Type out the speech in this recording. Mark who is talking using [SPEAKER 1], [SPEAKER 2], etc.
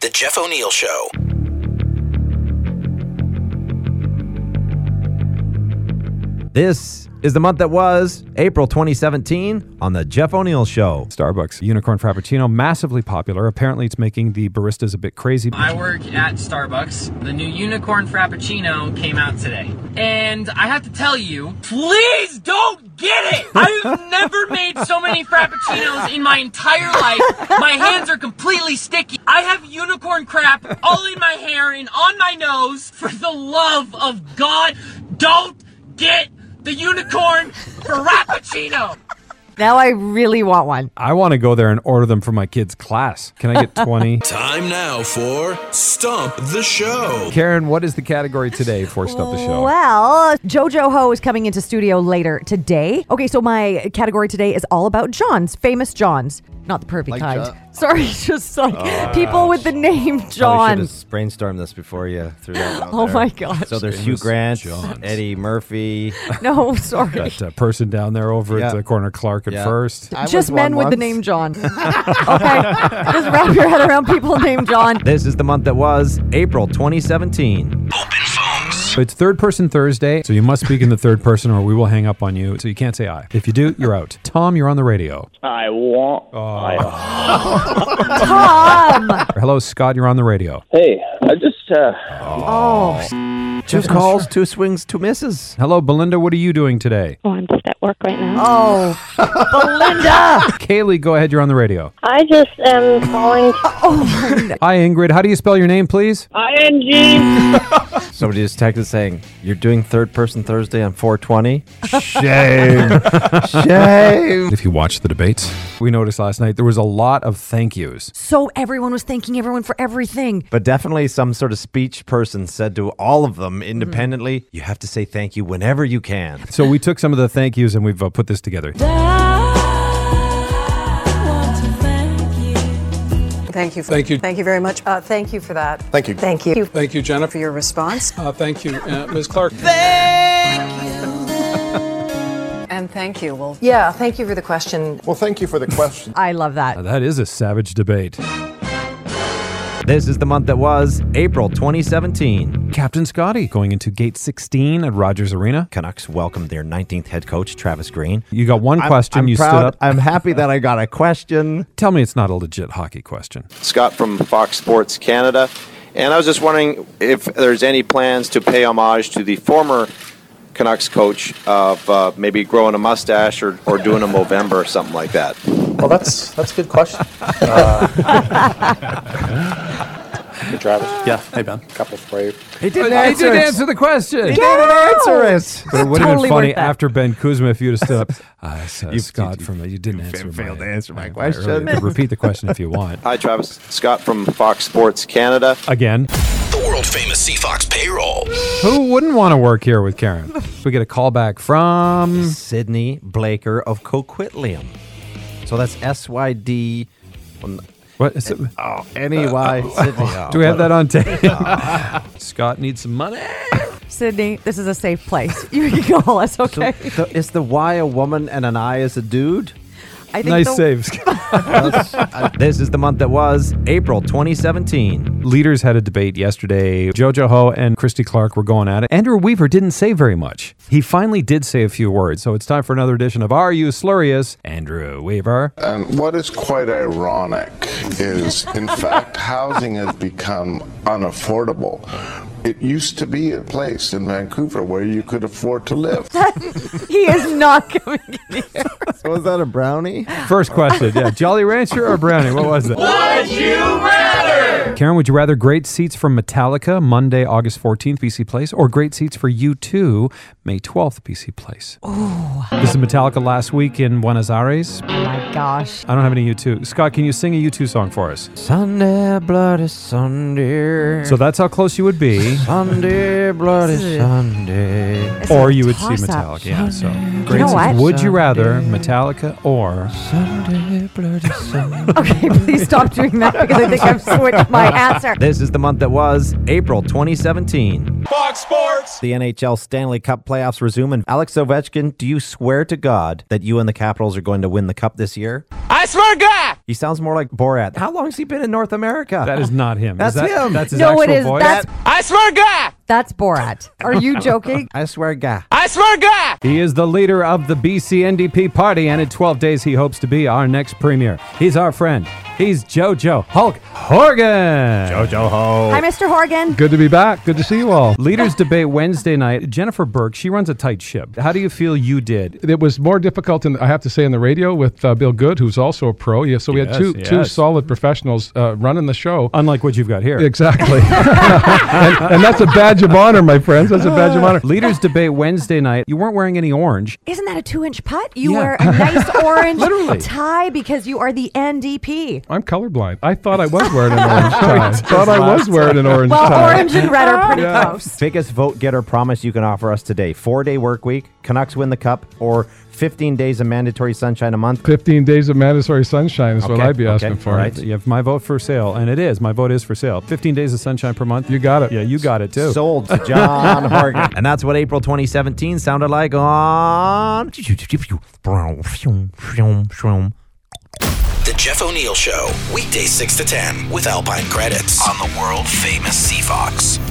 [SPEAKER 1] The Jeff O'Neill Show.
[SPEAKER 2] This is the month that was April 2017 on the Jeff O'Neill Show.
[SPEAKER 3] Starbucks unicorn frappuccino, massively popular. Apparently, it's making the baristas a bit crazy.
[SPEAKER 4] I work at Starbucks. The new unicorn frappuccino came out today. And I have to tell you, please don't get it! I've never made so many frappuccinos in my entire life. My hands are completely sticky. I have unicorn crap all in my hair and on my nose. For the love of God, don't get the unicorn frappuccino!
[SPEAKER 5] Now I really want one.
[SPEAKER 3] I want to go there and order them for my kids' class. Can I get 20?
[SPEAKER 1] Time now for Stump the Show.
[SPEAKER 3] Karen, what is the category today for Stuff the Show?
[SPEAKER 5] Well, JoJo Ho is coming into studio later today. Okay, so my category today is all about Johns, famous Johns, not the pervy
[SPEAKER 6] Like
[SPEAKER 5] kind.
[SPEAKER 6] Jo-
[SPEAKER 5] Sorry, just like people with the name
[SPEAKER 6] Probably should
[SPEAKER 5] John.
[SPEAKER 6] have brainstormed this before you threw that out
[SPEAKER 5] Oh
[SPEAKER 6] there.
[SPEAKER 5] my gosh.
[SPEAKER 6] So there's Hugh Grant,
[SPEAKER 3] Johns.
[SPEAKER 6] Eddie Murphy.
[SPEAKER 5] No, sorry.
[SPEAKER 3] That uh, person down there over at
[SPEAKER 6] Yeah.
[SPEAKER 3] the corner, Clark at
[SPEAKER 6] Yeah.
[SPEAKER 3] first.
[SPEAKER 6] I was
[SPEAKER 5] Just men with
[SPEAKER 6] one
[SPEAKER 5] the
[SPEAKER 6] once.
[SPEAKER 5] name John. okay, just wrap your head around people named John.
[SPEAKER 2] This is the month that was April 2017.
[SPEAKER 3] So it's third person Thursday, so you must speak in the third person or we will hang up on you. So you can't say I. If you do, you're out. Tom, you're on the radio.
[SPEAKER 7] I want.
[SPEAKER 5] Tom.
[SPEAKER 3] Hello, Scott, you're on the radio.
[SPEAKER 7] Hey, I just uh,
[SPEAKER 5] Oh,
[SPEAKER 2] Two calls, two swings, two misses.
[SPEAKER 3] Hello, Belinda, what are you doing today?
[SPEAKER 8] Oh, I'm just at work right now.
[SPEAKER 5] oh, Belinda.
[SPEAKER 3] Kaylee, go ahead, you're on the radio.
[SPEAKER 8] I just am calling.
[SPEAKER 3] Hi, Ingrid, how do you spell your name, please?
[SPEAKER 7] ing.
[SPEAKER 6] Somebody just texted saying, You're doing third person Thursday on 420.
[SPEAKER 3] Shame.
[SPEAKER 6] Shame.
[SPEAKER 3] if you watch the debates, we noticed last night there was a lot of thank yous.
[SPEAKER 5] So everyone was thanking everyone for everything.
[SPEAKER 6] But definitely, some sort of speech person said to all of them
[SPEAKER 5] Mm-hmm.
[SPEAKER 6] independently, You have to say thank you whenever you can.
[SPEAKER 3] So we took some of the thank yous and we've uh, put this together.
[SPEAKER 9] Thank you. For, thank you. Thank you very much. Uh, thank you for that. Thank you. Thank you. Thank you, Jennifer, for your response. Uh, thank you, uh, Ms. Clark. Thank you. and thank you. Well, yeah. Thank you for the question.
[SPEAKER 10] Well, thank you for the question.
[SPEAKER 5] I love that.
[SPEAKER 3] Now, that is a savage debate.
[SPEAKER 2] This is the month that was April 2017.
[SPEAKER 3] Captain Scotty going into gate 16 at Rogers Arena.
[SPEAKER 6] Canucks welcomed their 19th head coach, Travis Green.
[SPEAKER 3] You got one question,
[SPEAKER 6] I'm, I'm
[SPEAKER 3] you
[SPEAKER 6] proud.
[SPEAKER 3] stood up.
[SPEAKER 6] I'm happy that I got a question.
[SPEAKER 3] Tell me it's not a legit hockey question.
[SPEAKER 10] Scott from Fox Sports Canada. And I was just wondering if there's any plans to pay homage to the former Canucks coach of uh, maybe growing a mustache or, or doing a Movember or something like that.
[SPEAKER 11] Well, that's that's a good question. Uh, hey, Travis. Yeah. Hey, Ben. couple for you.
[SPEAKER 2] He didn't
[SPEAKER 3] I did answer the question.
[SPEAKER 6] Answer it.
[SPEAKER 3] But it would have
[SPEAKER 5] Totally
[SPEAKER 3] been funny
[SPEAKER 5] worth that.
[SPEAKER 3] after Ben Kuzma if you'd have stood up. Ah, I saw
[SPEAKER 6] You-
[SPEAKER 3] Scott
[SPEAKER 6] you-
[SPEAKER 3] from the, you didn't
[SPEAKER 6] you
[SPEAKER 3] answer
[SPEAKER 6] failed
[SPEAKER 3] my,
[SPEAKER 6] to answer my
[SPEAKER 3] earlier.
[SPEAKER 6] question.
[SPEAKER 3] You could Repeat the question if you want.
[SPEAKER 10] Hi, Travis. Scott from Fox Sports Canada.
[SPEAKER 3] Again,
[SPEAKER 1] The world famous Seafox payroll.
[SPEAKER 3] who wouldn't want to work here with Karen? We get a call back from
[SPEAKER 6] Sydney Blaker of Coquitlam. So that's S Y D
[SPEAKER 3] what is it?
[SPEAKER 6] N E Y Sydney.
[SPEAKER 3] Do we have that on tape? Scott needs some money.
[SPEAKER 5] Sydney, this is a safe place. You can call us, okay?
[SPEAKER 6] So the- is the Y a woman and an I is a dude?
[SPEAKER 5] I think
[SPEAKER 3] Nice
[SPEAKER 5] the-
[SPEAKER 3] save. Scott.
[SPEAKER 2] This is the month that was April 2017.
[SPEAKER 3] Leaders had a debate yesterday. Jojo Ho and Christy Clark were going at it. Andrew Weaver didn't say very much. He finally did say a few words. So it's time for another edition of Are You Slurious? Andrew Weaver.
[SPEAKER 10] And what is quite ironic is, in fact, housing has become unaffordable. It used to be a place in Vancouver where you could afford to live.
[SPEAKER 5] He is not coming in here.
[SPEAKER 6] So is that a brownie?
[SPEAKER 3] First question. Yeah, Jolly Rancher or Brownie? What was it? Would you rather? Karen, would you rather great seats for Metallica Monday, August 14th, BC Place, or great seats for U2 May 12th, BC Place? Ooh. This is Metallica last week in Buenos Aires.
[SPEAKER 5] Oh my gosh.
[SPEAKER 3] I don't have any U2. Scott, can you sing a U2 song for us?
[SPEAKER 6] Sunday, bloody Sunday.
[SPEAKER 3] So that's how close you would be,
[SPEAKER 6] Sunday, bloody Sunday.
[SPEAKER 5] It's
[SPEAKER 3] or
[SPEAKER 5] a
[SPEAKER 3] you would see
[SPEAKER 5] toss-up. Oh,
[SPEAKER 3] Metallica. Yeah, so
[SPEAKER 5] You
[SPEAKER 3] great
[SPEAKER 5] know what?
[SPEAKER 3] seats. Would you rather Metallica or
[SPEAKER 6] Sunday, bloody Sunday.
[SPEAKER 5] Okay, please stop doing that because I think I've switched my right answer.
[SPEAKER 2] This is the month that was April 2017.
[SPEAKER 1] Fox Sports.
[SPEAKER 2] The NHL Stanley Cup playoffs resume, and Alex Ovechkin, do you swear to God that you and the Capitals are going to win the cup this year?
[SPEAKER 1] I swear to God.
[SPEAKER 2] He sounds more like Borat. How long has he been in North America?
[SPEAKER 3] That is not him.
[SPEAKER 2] That's
[SPEAKER 3] is that,
[SPEAKER 2] him.
[SPEAKER 3] That's his
[SPEAKER 5] No,
[SPEAKER 3] actual
[SPEAKER 5] it is.
[SPEAKER 3] voice.
[SPEAKER 5] That's
[SPEAKER 1] I swear to God.
[SPEAKER 5] that's Borat. Are you joking?
[SPEAKER 2] I swear to God.
[SPEAKER 1] I swear to God.
[SPEAKER 3] He is the leader of the BC NDP party, and in 12 days, he hopes to be our next premier. He's our friend. He's JoJo Hulk Horgan.
[SPEAKER 2] Jojo
[SPEAKER 3] Oh.
[SPEAKER 2] Ho.
[SPEAKER 5] Hi, Mr. Horgan.
[SPEAKER 3] Good to be back. Good to see you all. Leaders debate Wednesday night. Jennifer Burke, she runs a tight ship. How do you feel you did?
[SPEAKER 12] It was more difficult, in, I have to say, in the radio with uh, Bill Good, who's also a pro. Yeah, so we
[SPEAKER 3] Yes,
[SPEAKER 12] had two two
[SPEAKER 3] yes.
[SPEAKER 12] solid professionals uh, running the show.
[SPEAKER 3] Unlike what you've got here.
[SPEAKER 12] Exactly, and, and that's a badge of honor, my friends.
[SPEAKER 3] Oh,
[SPEAKER 12] That's a badge of honor.
[SPEAKER 3] Leaders debate Wednesday night. You weren't wearing any orange.
[SPEAKER 5] Isn't that a two-inch putt? You
[SPEAKER 3] Yeah.
[SPEAKER 5] wear a nice orange
[SPEAKER 3] Literally.
[SPEAKER 5] tie because you are the NDP.
[SPEAKER 12] I'm colorblind. I thought I was wearing an orange tie. thought I was wearing an orange
[SPEAKER 5] Well,
[SPEAKER 12] tie.
[SPEAKER 5] orange and red are pretty close.
[SPEAKER 2] Biggest vote getter promise you can offer us today four day work week, Canucks win the cup, or 15 days of mandatory sunshine a month.
[SPEAKER 12] 15 days of mandatory sunshine is what
[SPEAKER 2] Okay,
[SPEAKER 12] I'd be
[SPEAKER 2] okay,
[SPEAKER 12] asking for.
[SPEAKER 2] all right.
[SPEAKER 3] You have my vote for sale, and it is. My vote is for sale. 15 days of sunshine per month.
[SPEAKER 12] You got it.
[SPEAKER 3] Yeah, you got it too.
[SPEAKER 2] Sold to John Horgan. And that's what April 2017 sounded like on.
[SPEAKER 1] The Jeff O'Neill Show, weekday 6 to 10 with Alpine Credits on the world famous Seafox.